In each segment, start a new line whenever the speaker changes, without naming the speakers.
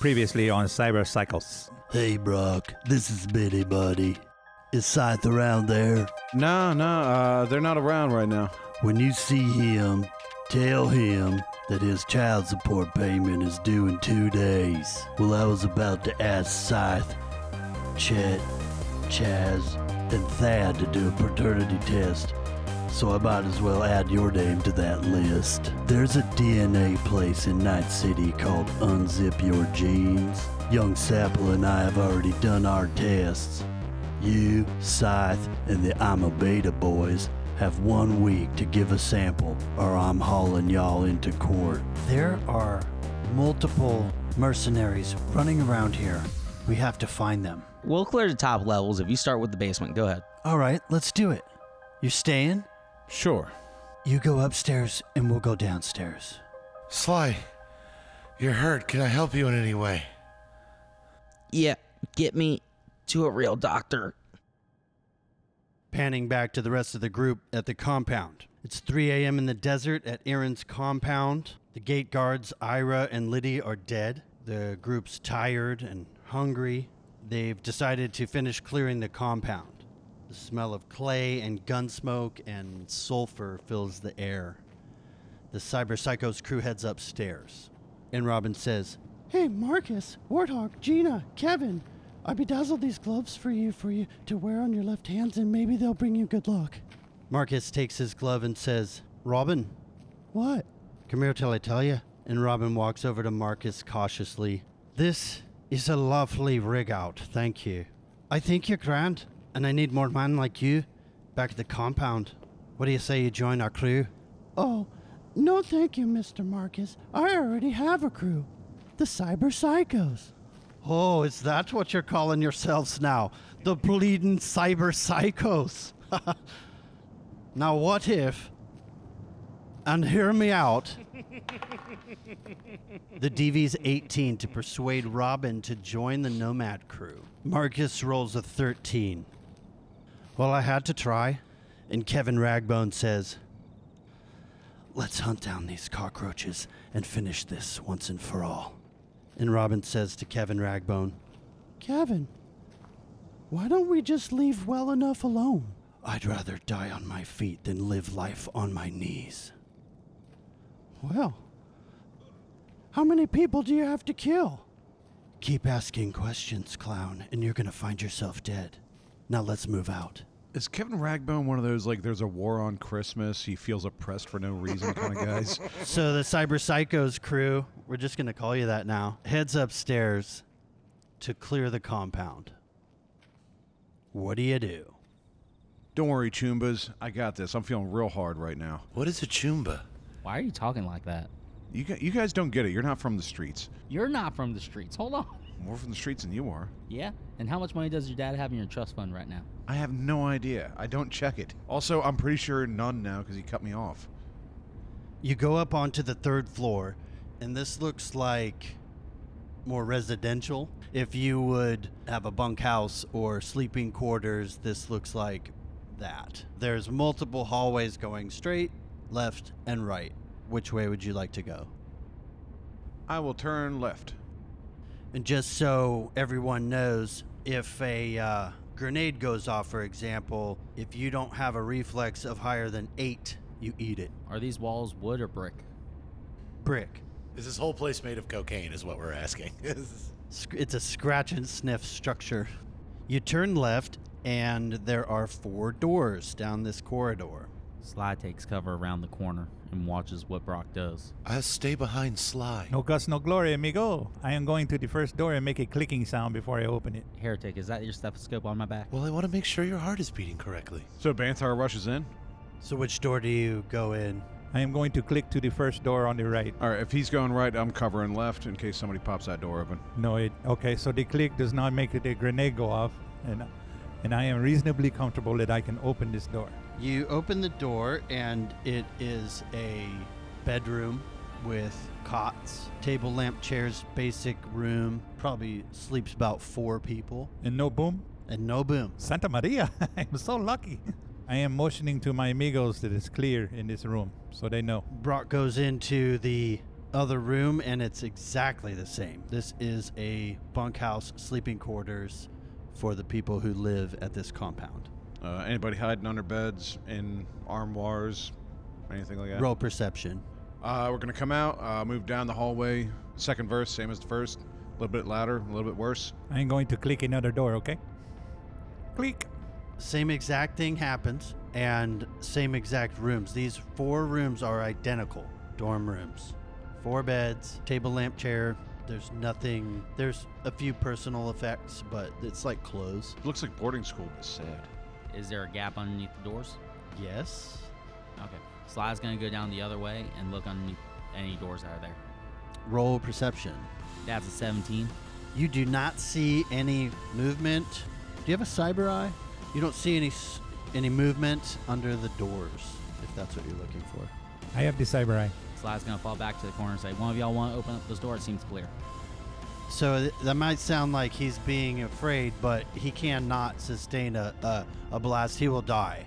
Previously on Cyber Cycles.
Hey, Brock, this is Bitty Buddy. Is Scythe around there?
No, no, uh, they're not around right now.
When you see him, tell him that his child support payment is due in two days. Well, I was about to ask Scythe, Chet, Chaz, and Thad to do a paternity test, so I might as well add your name to that list. There's a DNA place in Night City called Unzip Your Genes. Young Sapple and I have already done our tests. You, Scythe, and the I'm a Beta boys have one week to give a sample, or I'm hauling y'all into court.
There are multiple mercenaries running around here. We have to find them.
We'll clear the top levels if you start with the basement. Go ahead.
All right, let's do it. You're staying?
Sure.
You go upstairs and we'll go downstairs.
Sly, you're hurt. Can I help you in any way?
Yeah, get me to a real doctor.
Panning back to the rest of the group at the compound. It's 3 a.m. in the desert at Aaron's compound. The gate guards, Ira and Liddy, are dead. The group's tired and hungry. They've decided to finish clearing the compound. The smell of clay and gun smoke and sulfur fills the air. The Cyber Psycho's crew heads upstairs. And Robin says, Hey, Marcus, Warthog, Gina, Kevin, I bedazzled these gloves for you for you to wear on your left hands and maybe they'll bring you good luck. Marcus takes his glove and says, Robin. What? Come here till I tell you. And Robin walks over to Marcus cautiously. This is a lovely rig out, thank you. I think you're grand, and I need more men like you back at the compound. What do you say you join our crew? Oh, no thank you, Mr. Marcus. I already have a crew. The Cyber Psychos. Oh, is that what you're calling yourselves now? The bleeding cyber psychos. now, what if, and hear me out, the DV's 18 to persuade Robin to join the Nomad crew. Marcus rolls a 13. Well, I had to try. And Kevin Ragbone says, Let's hunt down these cockroaches and finish this once and for all. And Robin says to Kevin Ragbone, Kevin, why don't we just leave well enough alone? I'd rather die on my feet than live life on my knees. Well, how many people do you have to kill? Keep asking questions, clown, and you're gonna find yourself dead. Now let's move out.
Is Kevin Ragbone one of those, like, there's a war on Christmas, he feels oppressed for no reason kind of guys?
So the Cyber Psychos crew, we're just going to call you that now, heads upstairs to clear the compound. What do you do?
Don't worry, Chumbas. I got this. I'm feeling real hard right now.
What is a chumba?
Why are you talking like that?
You, gu- you guys don't get it. You're not from the streets.
You're not from the streets. Hold on.
More from the streets than you are.
Yeah? And how much money does your dad have in your trust fund right now?
I have no idea. I don't check it. Also, I'm pretty sure none now because he cut me off.
You go up onto the third floor, and this looks like more residential. If you would have a bunkhouse or sleeping quarters, this looks like that. There's multiple hallways going straight, left, and right. Which way would you like to go?
I will turn left.
And just so everyone knows, if a uh, grenade goes off, for example, if you don't have a reflex of higher than eight, you eat it.
Are these walls wood or brick?
Brick.
Is this whole place made of cocaine? Is what we're asking.
Sc- It's a scratch and sniff structure. You turn left, and there are four doors down this corridor.
Sly takes cover around the corner and watches what Brock does.
I stay behind Sly.
No guts, no glory, amigo. I am going to the first door and make a clicking sound before I open it.
Heretic, is that your stethoscope on my back?
Well, I want to make sure your heart is beating correctly.
So Banthar rushes in.
So, which door do you go in?
I am going to click to the first door on the right.
All right, if he's going right, I'm covering left in case somebody pops that door open.
No, it. Okay, so the click does not make the grenade go off, and and I am reasonably comfortable that I can open this door.
You open the door, and it is a bedroom with cots, table, lamp, chairs, basic room. Probably sleeps about four people,
And no boom.
and no boom.
Santa Maria, I'm so lucky. I am motioning to my amigos that it's clear in this room, so they know.
Brock goes into the other room, and it's exactly the same. This is a bunkhouse sleeping quarters for the people who live at this compound.
Uh, anybody hiding under beds, in armoires, anything like that?
Roll perception.
Uh, we're gonna come out, uh, move down the hallway. Second verse, same as the first. A little bit louder, a little bit worse.
I'm going to click another door, okay? Click.
Same exact thing happens, and same exact rooms. These four rooms are identical dorm rooms. Four beds, table, lamp, chair. There's nothing. There's a few personal effects, but it's like clothes.
Looks like boarding school, but sad.
Is there a gap underneath the doors?
Yes.
Okay. Sly's gonna go down the other way and look underneath any doors that are there.
Roll perception.
That's a 17.
You do not see any movement. Do you have a cyber eye? You don't see any s- any movement under the doors, if that's what you're looking for.
I have the cyber eye.
Sly's gonna fall back to the corner and say, "One of y'all want to open up this door? It seems clear."
So th- that might sound like he's being afraid, but he cannot sustain a, a, a blast. He will die.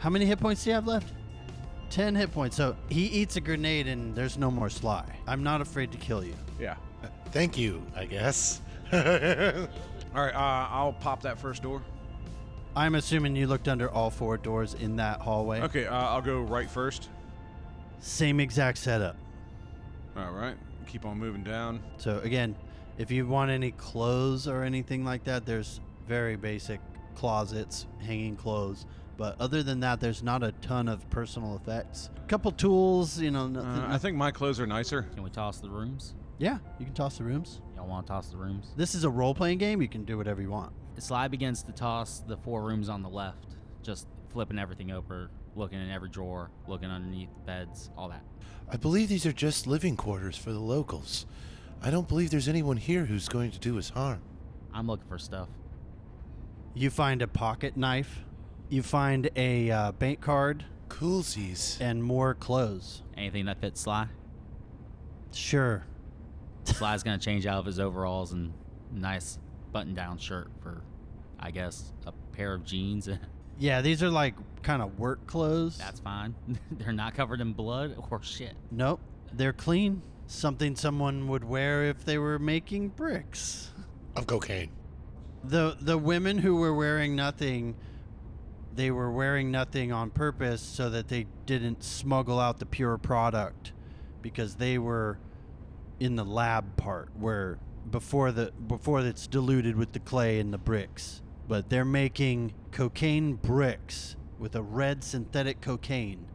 How many hit points do you have left? 10 hit points. So he eats a grenade and there's no more Sly. I'm not afraid to kill you.
Yeah.
Thank you, I guess.
All right, uh, I'll pop that first door.
I'm assuming you looked under all four doors in that hallway.
Okay, uh, I'll go right first.
Same exact setup.
All right, keep on moving down.
So again, if you want any clothes or anything like that, there's very basic closets, hanging clothes. But other than that, there's not a ton of personal effects. Couple tools, you know. Nothing,
Uh, I think my clothes are nicer.
Can we toss the rooms?
Yeah, you can toss the rooms.
Y'all want to toss the rooms?
This is a role-playing game. You can do whatever you want.
Sly begins to toss the four rooms on the left, just flipping everything over, looking in every drawer, looking underneath beds, all that.
I believe these are just living quarters for the locals. I don't believe there's anyone here who's going to do us harm.
I'm looking for stuff.
You find a pocket knife. You find a uh, bank card
Coolsies.
and more clothes.
Anything that fits Sly.
Sure.
Sly's gonna change out of his overalls and nice button-down shirt for, I guess, a pair of jeans.
Yeah, these are like kind of work clothes.
That's fine. They're not covered in blood or shit.
Nope, they're clean. Something someone would wear if they were making bricks.
Of cocaine.
The the women who were wearing nothing, they were wearing nothing on purpose so that they didn't smuggle out the pure product because they were in the lab part where before the before it's diluted with the clay and the bricks. But they're making cocaine bricks with a red synthetic cocaine.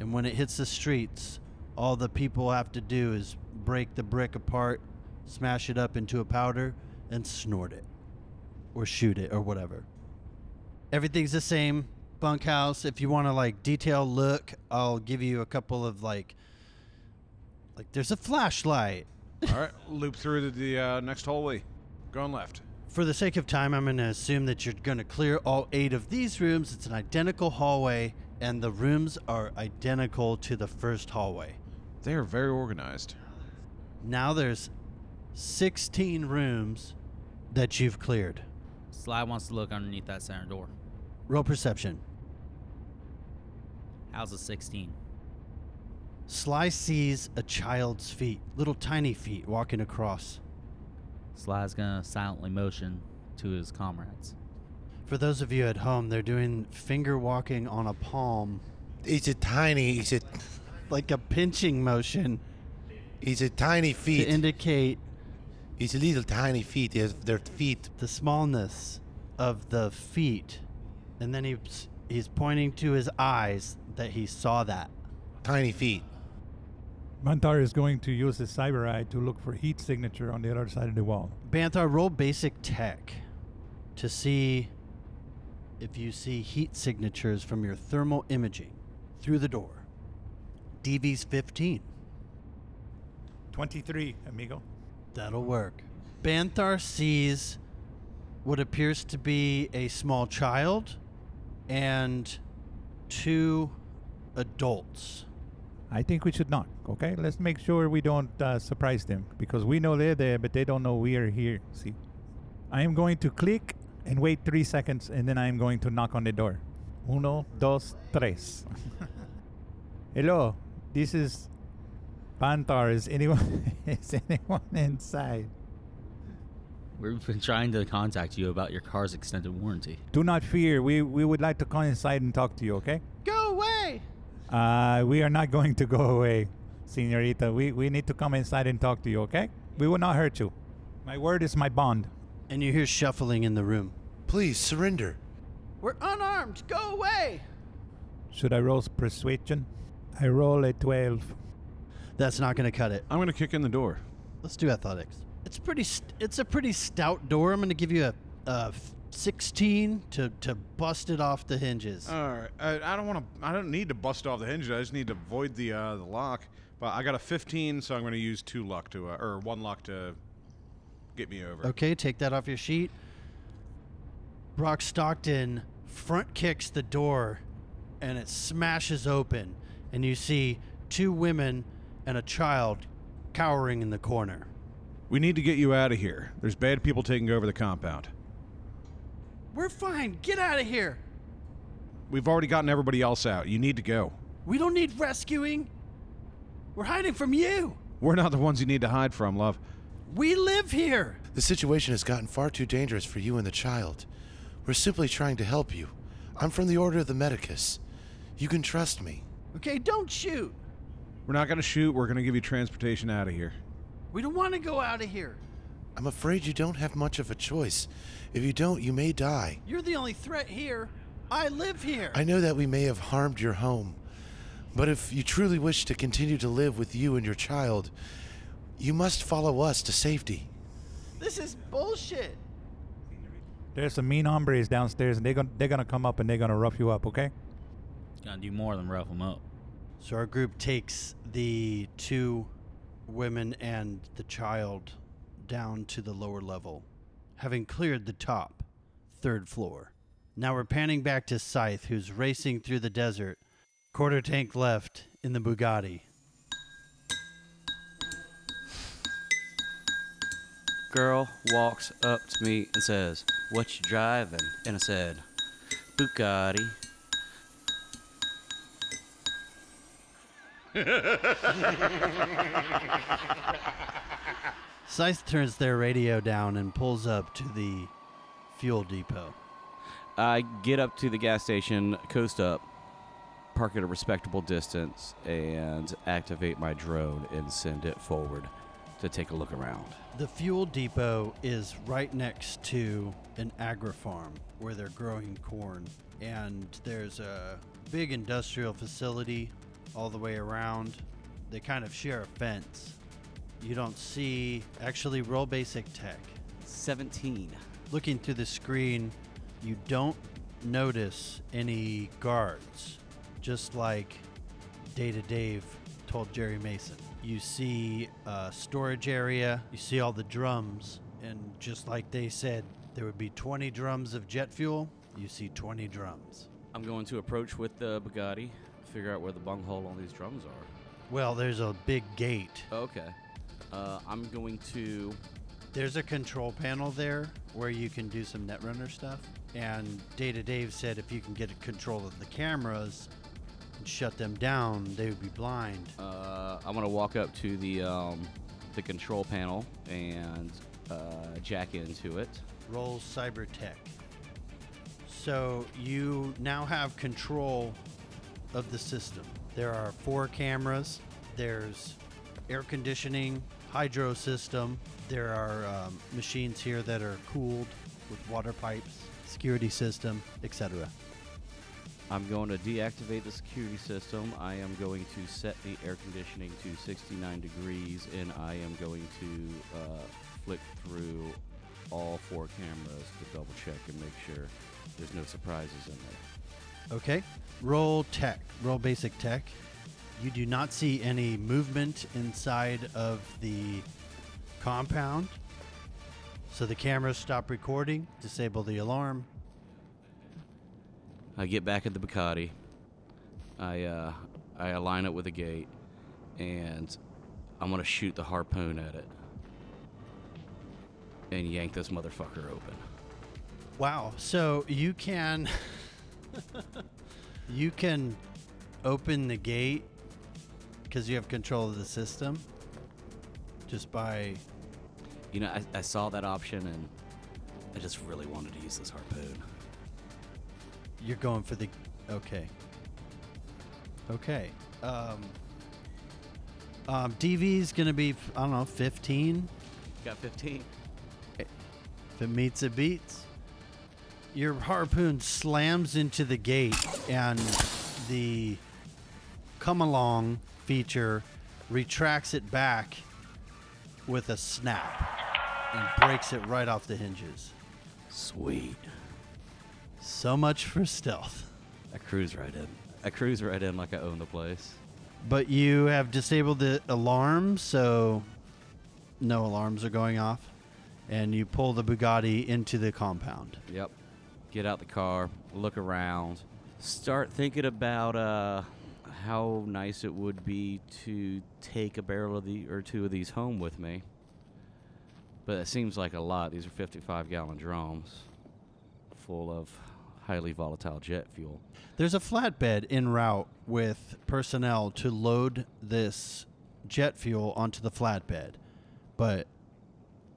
And when it hits the streets, all the people have to do is break the brick apart, smash it up into a powder, and snort it. Or shoot it, or whatever. Everything's the same. Bunkhouse. If you want to like detail look, I'll give you a couple of like, like there's a flashlight.
All right, loop through to the uh, next hallway. Going left.
For the sake of time, I'm going to assume that you're going to clear all eight of these rooms. It's an identical hallway, and the rooms are identical to the first hallway.
They are very organized.
Now there's 16 rooms that you've cleared.
Sly wants to look underneath that center door.
Roll perception.
How's a 16?
Sly sees a child's feet, little tiny feet walking across.
Sly's gonna silently motion to his comrades.
For those of you at home, they're doing finger walking on a palm,
It's a tiny, it's a,
like a pinching motion
it's a tiny
to
feet.
indicate
it's a little tiny feet. Their, their feet.
the smallness of the feet. And then he's, he's pointing to his eyes that he saw that.
Tiny feet.
Mantar is going to use his cyber eye to look for heat signature on the other side of the wall.
Banthar, roll basic tech to see if you see heat signatures from your thermal imaging through the door. DV's 15.
23, amigo.
That'll work. Banthar sees what appears to be a small child and two adults.
I think we should knock, okay? Let's make sure we don't uh, surprise them because we know they're there, but they don't know we are here. See? I am going to click and wait three seconds, and then I am going to knock on the door. Uno, dos, tres. Hello, this is Pantar, is anyone is anyone inside?
We've been trying to contact you about your car's extended warranty.
Do not fear. We we would like to come inside and talk to you. Okay?
Go away!
Uh, we are not going to go away, Senorita. We we need to come inside and talk to you. Okay? We will not hurt you. My word is my bond.
And you hear shuffling in the room.
Please surrender.
We're unarmed! Go away!
Should I roll persuasion? I roll a twelve.
That's not going to cut it.
I'm gonna kick in the door.
Let's do athletics. It's pretty. St- it's a pretty stout door. I'm going to give you a, a f- 16 to to bust it off the hinges.
All right. I, I don't want to. I don't need to bust off the hinges. I just need to void the uh, the lock. But I got a 15, so I'm gonna use two luck to uh, or one luck to get me over.
Okay, take that off your sheet. Brock Stockton front kicks the door and it smashes open, and you see two women and a child cowering in the corner.
We need to get you out of here. There's bad people taking over the compound.
We're fine! Get out of here!
We've already gotten everybody else out. You need to go.
We don't need rescuing! We're hiding from you!
We're not the ones you need to hide from, love.
We live here!
The situation has gotten far too dangerous for you and the child. We're simply trying to help you. I'm from the Order of the Medicus. You can trust me.
Okay, don't shoot!
We're not gonna shoot. We're gonna give you transportation out of here.
We don't want to go out of here.
I'm afraid you don't have much of a choice. If you don't, you may die.
You're the only threat here. I live here.
I know that we may have harmed your home, but if you truly wish to continue to live with you and your child, you must follow us to safety.
this is bullshit.
There's some mean hombres downstairs, and they're gonna they're gonna come up and they're gonna rough you up. Okay?
It's gonna do more than rough them up.
So our group takes the two women and the child down to the lower level, having cleared the top, third floor. Now we're panning back to Scythe, who's racing through the desert, quarter tank left in the Bugatti.
Girl walks up to me and says, What you driving? And I said, Bugatti.
Scythe turns their radio down and pulls up to the fuel depot.
I get up to the gas station, coast up, park at a respectable distance, and activate my drone and send it forward to take a look around.
The fuel depot is right next to an agri farm where they're growing corn. And there's a big industrial facility all the way around. They kind of share a fence. You don't see, actually, roll basic tech.
17.
Looking through the screen, you don't notice any guards, just like Data Dave told Jerry Mason. You see a storage area, you see all the drums, and just like they said, there would be 20 drums of jet fuel, you see 20 drums.
I'm going to approach with the Bugatti, figure out where the bunghole on these drums are.
Well, there's a big gate.
Okay. Uh, I'm going to.
There's a control panel there where you can do some Netrunner stuff. And Data Dave said if you can get control of the cameras and shut them down, they would be blind.
Uh, I'm going to walk up to the um, the control panel and uh, jack into it.
Roll cyber tech. So you now have control of the system. There are four cameras. There's air conditioning, hydro system. There are um, machines here that are cooled with water pipes, security system, etc.
I'm going to deactivate the security system. I am going to set the air conditioning to 69 degrees, and I am going to uh, flick through all four cameras to double check and make sure there's no surprises in there.
Okay. Roll tech. Roll basic tech. You do not see any movement inside of the compound. So the cameras stop recording, disable the alarm.
I get back at the Bugatti. I uh, I align it with a gate, and I'm gonna shoot the harpoon at it and yank this motherfucker open.
Wow. So you can you can open the gate because you have control of the system? Just by.
You know, I, I saw that option and I just really wanted to use this harpoon.
You're going for the. Okay. Okay. Um, um, DV's going to be, I don't know, 15?
Got 15.
If it meets, it beats. Your harpoon slams into the gate, and the come along feature retracts it back with a snap and breaks it right off the hinges.
Sweet.
So much for stealth.
I cruise right in. I cruise right in like I own the place.
But you have disabled the alarm, so no alarms are going off. And you pull the Bugatti into the compound.
Yep. Get out the car, look around, start thinking about uh, how nice it would be to take a barrel of the or two of these home with me. But it seems like a lot. These are 55 gallon drums full of highly volatile jet fuel.
There's a flatbed en route with personnel to load this jet fuel onto the flatbed, but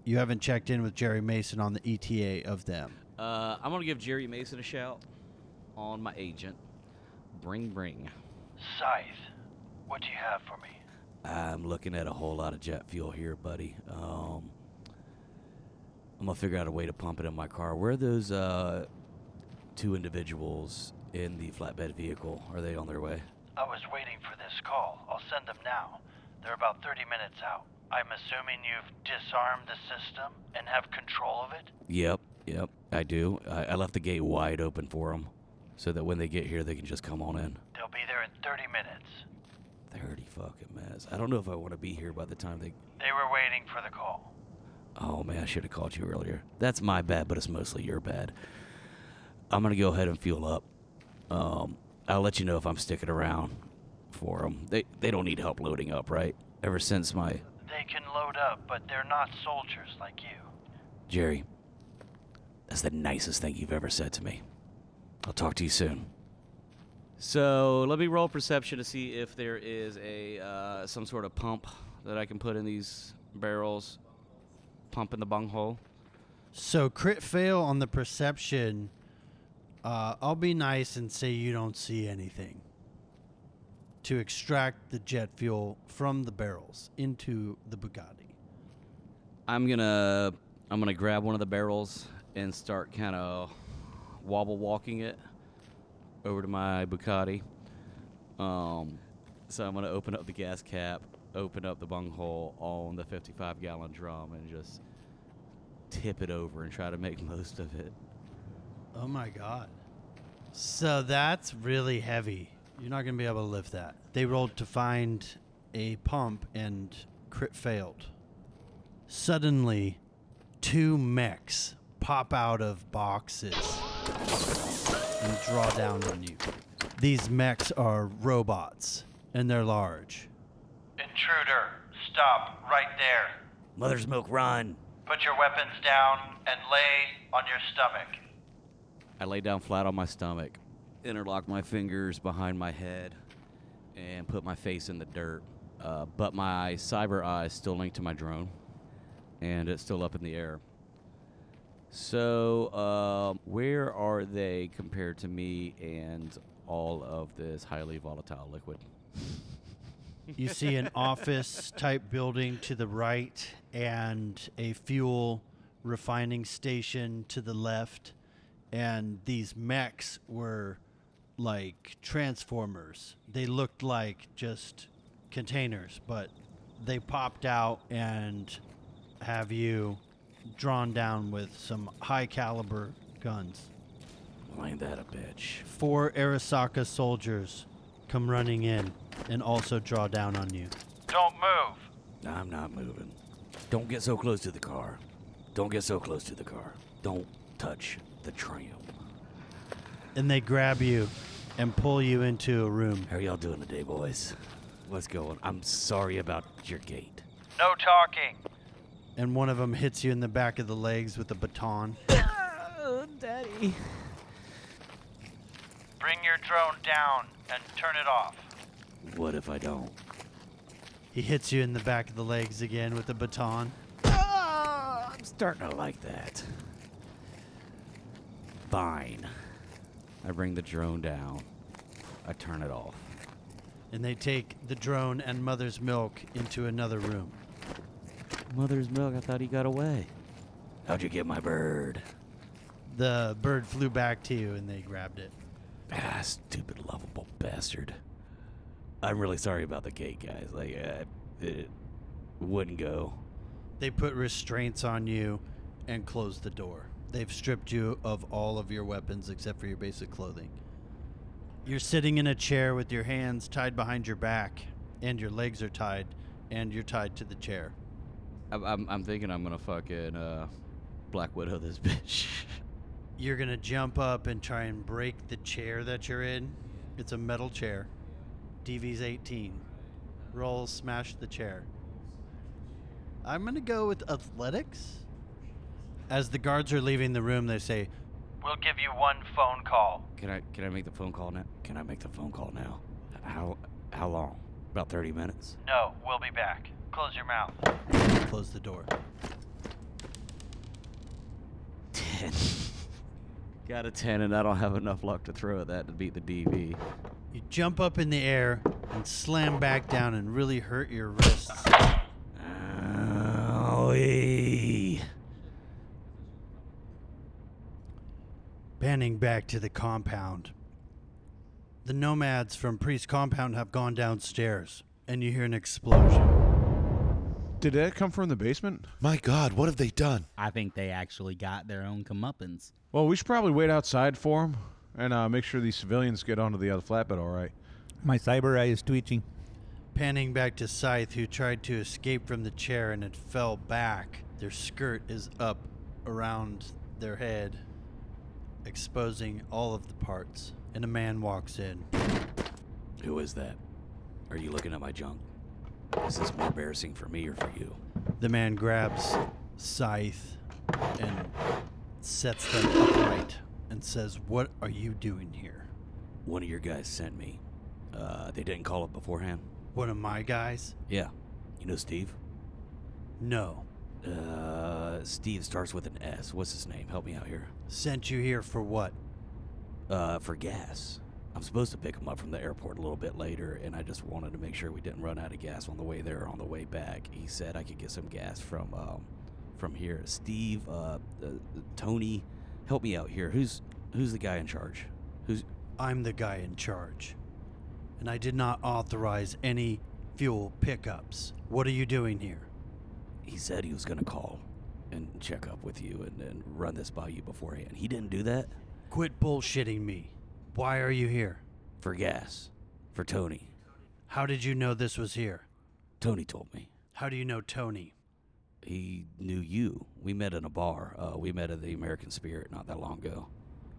you haven't checked in with Jerry Mason on the ETA of them.
Uh, I'm going to give Jerry Mason a shout on my agent. Bring, bring.
Scythe, what do you have for me?
I'm looking at a whole lot of jet fuel here, buddy. Um, I'm gonna figure out a way to pump it in my car. Where are those uh, two individuals in the flatbed vehicle? Are they on their way?
I was waiting for this call. I'll send them now. They're about 30 minutes out. I'm assuming you've disarmed the system and have control of it?
Yep, yep, I do. I, I left the gate wide open for them, so that when they get here, they can just come on in.
They'll be there in 30 minutes.
Thirty fucking minutes. I don't know if I want to be here by the time they.
They were waiting for the call.
Oh man, I should have called you earlier. That's my bad, but it's mostly your bad. I'm gonna go ahead and fuel up. Um, I'll let you know if I'm sticking around for them. They they don't need help loading up, right? Ever since my
They can load up, but they're not soldiers like you.
Jerry, that's the nicest thing you've ever said to me. I'll talk to you soon. So let me roll perception to see if there is a uh, some sort of pump that I can put in these barrels. Pump in the bunghole.
So crit fail on the perception. Uh, I'll be nice and say you don't see anything to extract the jet fuel from the barrels into the Bugatti.
I'm gonna I'm gonna grab one of the barrels and start kind of wobble walking it over to my Bucati. Um, so I'm gonna open up the gas cap, open up the bunghole on the 55 gallon drum, and just tip it over and try to make most of it.
Oh my god. So that's really heavy. You're not going to be able to lift that. They rolled to find a pump and crit failed. Suddenly, two mechs pop out of boxes and draw down on you. These mechs are robots and they're large.
Intruder, stop right there.
Mother's milk, run!
Put your weapons down and lay on your stomach.
I lay down flat on my stomach, interlock my fingers behind my head, and put my face in the dirt. Uh, but my cyber eye is still linked to my drone, and it's still up in the air. So, um, where are they compared to me and all of this highly volatile liquid?
You see an office type building to the right and a fuel refining station to the left. And these mechs were like transformers. They looked like just containers, but they popped out and have you drawn down with some high caliber guns.
Ain't that a bitch?
Four Arasaka soldiers come running in and also draw down on you.
Don't move.
I'm not moving. Don't get so close to the car. Don't get so close to the car. Don't touch the tram.
And they grab you and pull you into a room.
How are y'all doing today, boys? What's going? I'm sorry about your gate.
No talking.
And one of them hits you in the back of the legs with a baton.
Daddy.
Bring your drone down and turn it off.
What if I don't?
He hits you in the back of the legs again with the baton.
I'm starting to like that.
Fine. I bring the drone down. I turn it off.
And they take the drone and Mother's Milk into another room.
Mother's Milk, I thought he got away.
How'd you get my bird?
The bird flew back to you and they grabbed it.
Ah, stupid lovable bastard. I'm really sorry about the gate, guys. Like, uh, it wouldn't go.
They put restraints on you and close the door. They've stripped you of all of your weapons except for your basic clothing. You're sitting in a chair with your hands tied behind your back, and your legs are tied, and you're tied to the chair.
I'm, I'm, I'm thinking I'm gonna fucking uh, Black Widow this bitch.
You're going to jump up and try and break the chair that you're in. It's a metal chair. DV's 18. Roll, smash the chair. I'm going to go with athletics. As the guards are leaving the room, they say,
We'll give you one phone call.
Can I can I make the phone call now? Can I make the phone call now? How how long? About 30 minutes.
No, we'll be back. Close your mouth.
Close the door.
Got a 10 and I don't have enough luck to throw at that to beat the DV.
You jump up in the air and slam back down and really hurt your wrists.
Owie.
Panning back to the compound. The nomads from Priest Compound have gone downstairs, and you hear an explosion.
Did that come from the basement?
My God, what have they done?
I think they actually got their own comeuppance.
Well, we should probably wait outside for him and uh, make sure these civilians get onto the other flatbed all right.
My cyber eye is twitching.
Panning back to Scythe, who tried to escape from the chair and it fell back. Their skirt is up around their head, exposing all of the parts. And a man walks in.
Who is that? Are you looking at my junk? Is this more embarrassing for me or for you?
The man grabs Scythe and sets them upright and says, What are you doing here?
One of your guys sent me. Uh, they didn't call it beforehand.
One of my guys?
Yeah. You know Steve?
No.
Uh, Steve starts with an S. What's his name? Help me out here.
Sent you here for what?
Uh, for gas. I'm supposed to pick him up from the airport a little bit later, and I just wanted to make sure we didn't run out of gas on the way there or on the way back. He said I could get some gas from um, from here. Steve, uh, uh, Tony, help me out here. Who's who's the guy in charge? Who's
I'm the guy in charge. And I did not authorize any fuel pickups. What are you doing here?
he said he was gonna call and check up with you and, and run this by you beforehand. He didn't do that
Quit bullshitting me. Why are you here?
for gas, for Tony.
How did you know this was here?
Tony told me.
How do you know Tony?
he knew you. We met in a bar. Uh, we met at the American Spirit not that long ago.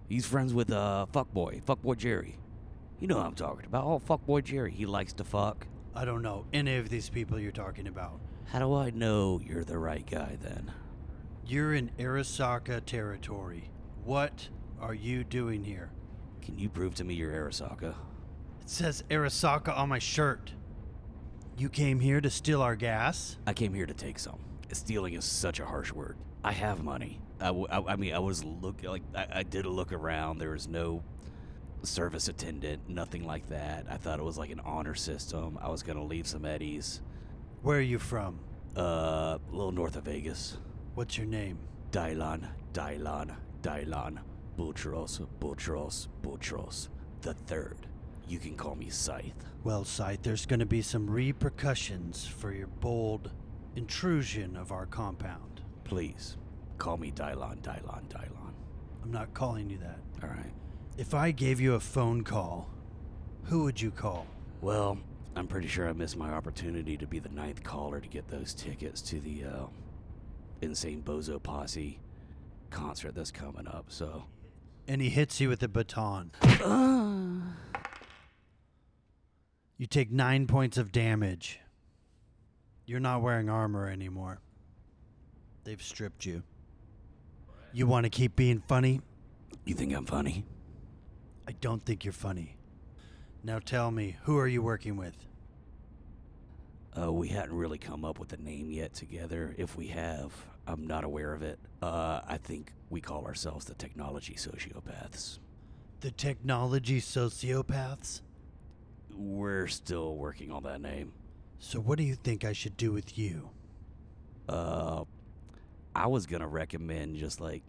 He's friends with uh, Fuckboy, Fuckboy Jerry. You know who I'm talking about. Oh, Fuckboy Jerry. He likes to fuck.
I don't know any of these people you're talking about.
How do I know you're the right guy then?
You're in Arasaka territory. What are you doing here?
Can you prove to me you're Arasaka?
It says Arasaka on my shirt. You came here to steal our gas?
I came here to take some. Stealing is such a harsh word. I have money. I, w- I, I mean, I was look like I, I did a look around. There was no service attendant, nothing like that. I thought it was like an honor system. I was gonna leave some eddies.
Where are you from?
Uh, a little north of Vegas.
What's your name?
Dylan, Dylan, Dylan, Butros, Butros, Butros, the third. You can call me Scythe.
Well, Scythe, there's going to be some repercussions for your bold intrusion of our compound.
Please, call me Dylan, Dylan, Dylan.
I'm not calling you that.
All right.
If I gave you a phone call, who would you call?
Well, I'm pretty sure I missed my opportunity to be the ninth caller to get those tickets to the uh, Insane Bozo Posse concert that's coming up, so.
And he hits you with a baton. You take nine points of damage. You're not wearing armor anymore. They've stripped you. You want to keep being funny?
You think I'm funny?
I don't think you're funny. Now tell me, who are you working with?
Uh, we hadn't really come up with a name yet together. If we have, I'm not aware of it. Uh, I think we call ourselves the technology sociopaths.
The technology sociopaths?
We're still working on that name.
So, what do you think I should do with you?
Uh, I was gonna recommend just like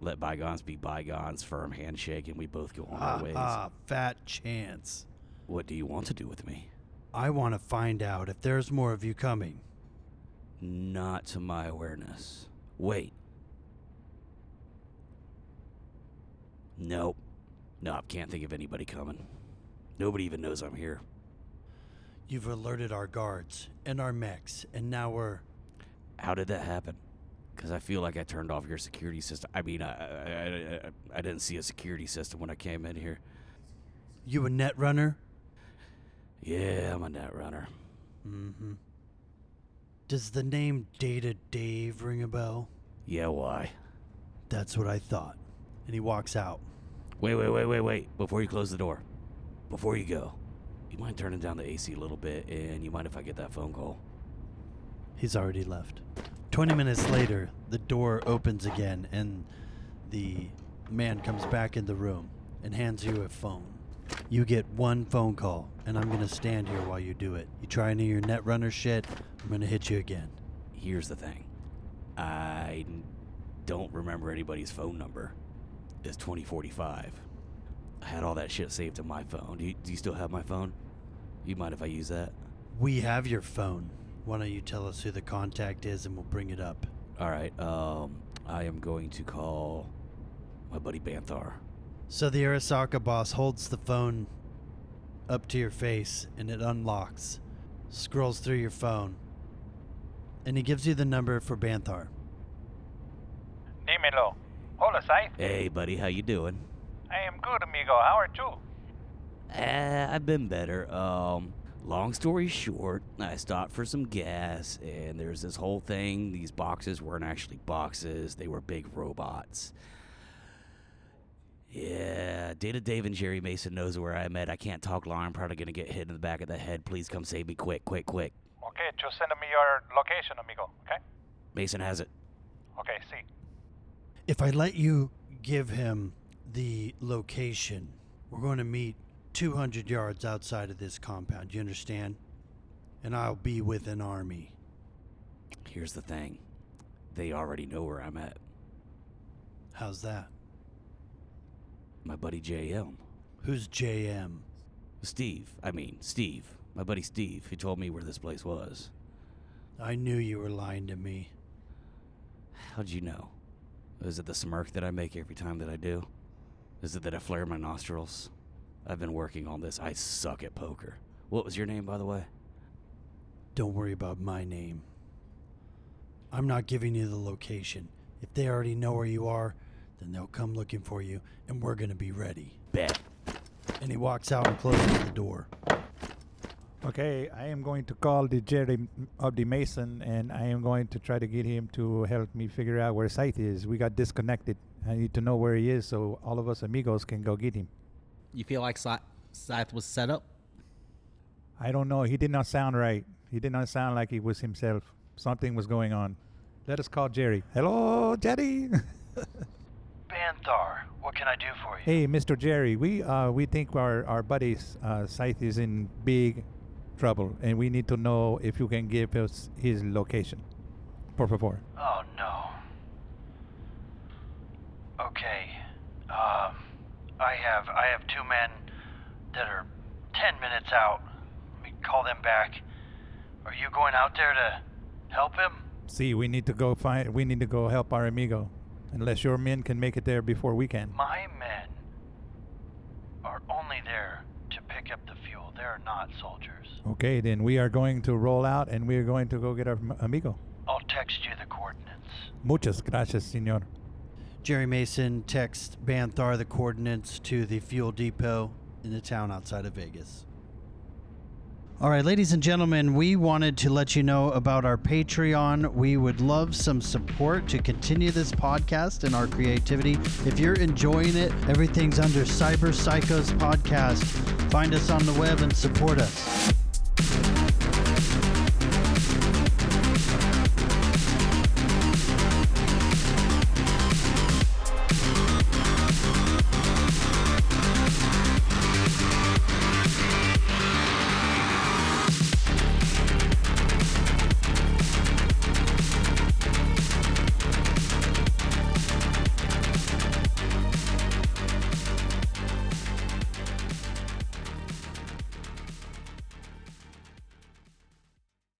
let bygones be bygones, firm handshake, and we both go on our
Ah,
ways.
ah, fat chance.
What do you want to do with me?
I want to find out if there's more of you coming.
Not to my awareness. Wait. Nope. Nope, can't think of anybody coming. Nobody even knows I'm here.
You've alerted our guards and our mechs, and now we're.
How did that happen? Because I feel like I turned off your security system. I mean, I, I, I, I didn't see a security system when I came in here.
You a net runner?
Yeah, I'm a net runner.
Mm hmm. Does the name Data Dave ring a bell?
Yeah, why?
That's what I thought. And he walks out.
Wait, wait, wait, wait, wait. Before you close the door, before you go, you mind turning down the AC a little bit, and you mind if I get that phone call?
He's already left. 20 minutes later, the door opens again, and the man comes back in the room and hands you a phone. You get one phone call, and I'm gonna stand here while you do it. You try any of your netrunner shit, I'm gonna hit you again.
Here's the thing I n- don't remember anybody's phone number. It's 2045. I had all that shit saved to my phone. Do you, do you still have my phone? You mind if I use that?
We have your phone. Why don't you tell us who the contact is and we'll bring it up?
All right. Um, I am going to call my buddy Banthar.
So the Arasaka boss holds the phone up to your face and it unlocks, scrolls through your phone, and he gives you the number for Banthar.
Dímelo. Hola, Scythe.
Hey, buddy, how you doing?
I am good, amigo. How are you?
Eh, I've been better. Um, long story short, I stopped for some gas, and there's this whole thing. These boxes weren't actually boxes; they were big robots. Yeah, Data Dave and Jerry Mason knows where I'm at. I can't talk long. I'm probably gonna get hit in the back of the head. Please come save me, quick, quick, quick.
Okay, just send me your location, amigo. Okay?
Mason has it.
Okay, see.
If I let you give him the location, we're going to meet 200 yards outside of this compound. You understand? And I'll be with an army.
Here's the thing: they already know where I'm at.
How's that?
My buddy JM.
Who's JM?
Steve. I mean, Steve. My buddy Steve, who told me where this place was.
I knew you were lying to me.
How'd you know? Is it the smirk that I make every time that I do? Is it that I flare my nostrils? I've been working on this. I suck at poker. What was your name, by the way?
Don't worry about my name. I'm not giving you the location. If they already know where you are, then they'll come looking for you, and we're going to be ready.
Bet.
And he walks out and closes the door.
Okay, I am going to call the Jerry of the Mason, and I am going to try to get him to help me figure out where Scythe is. We got disconnected. I need to know where he is so all of us amigos can go get him.
You feel like Scythe, Scythe was set up?
I don't know. He did not sound right. He did not sound like he was himself. Something was going on. Let us call Jerry. Hello, Jerry.
Banthar, what can I do for you?
hey, Mr. Jerry. We uh, we think our our buddy uh, Scythe is in big trouble, and we need to know if you can give us his location. Por favor.
Oh no. Okay. Um, I have I have two men that are ten minutes out. Let me call them back. Are you going out there to help him?
See, we need to go find. We need to go help our amigo, unless your men can make it there before we can.
My men are only there to pick up the fuel. They are not soldiers.
Okay, then we are going to roll out, and we are going to go get our m- amigo.
I'll text you the coordinates.
Muchas gracias, señor.
Jerry Mason texts Banthar the coordinates to the fuel depot in the town outside of Vegas. All right, ladies and gentlemen, we wanted to let you know about our Patreon. We would love some support to continue this podcast and our creativity. If you're enjoying it, everything's under Cyber Psychos Podcast. Find us on the web and support us.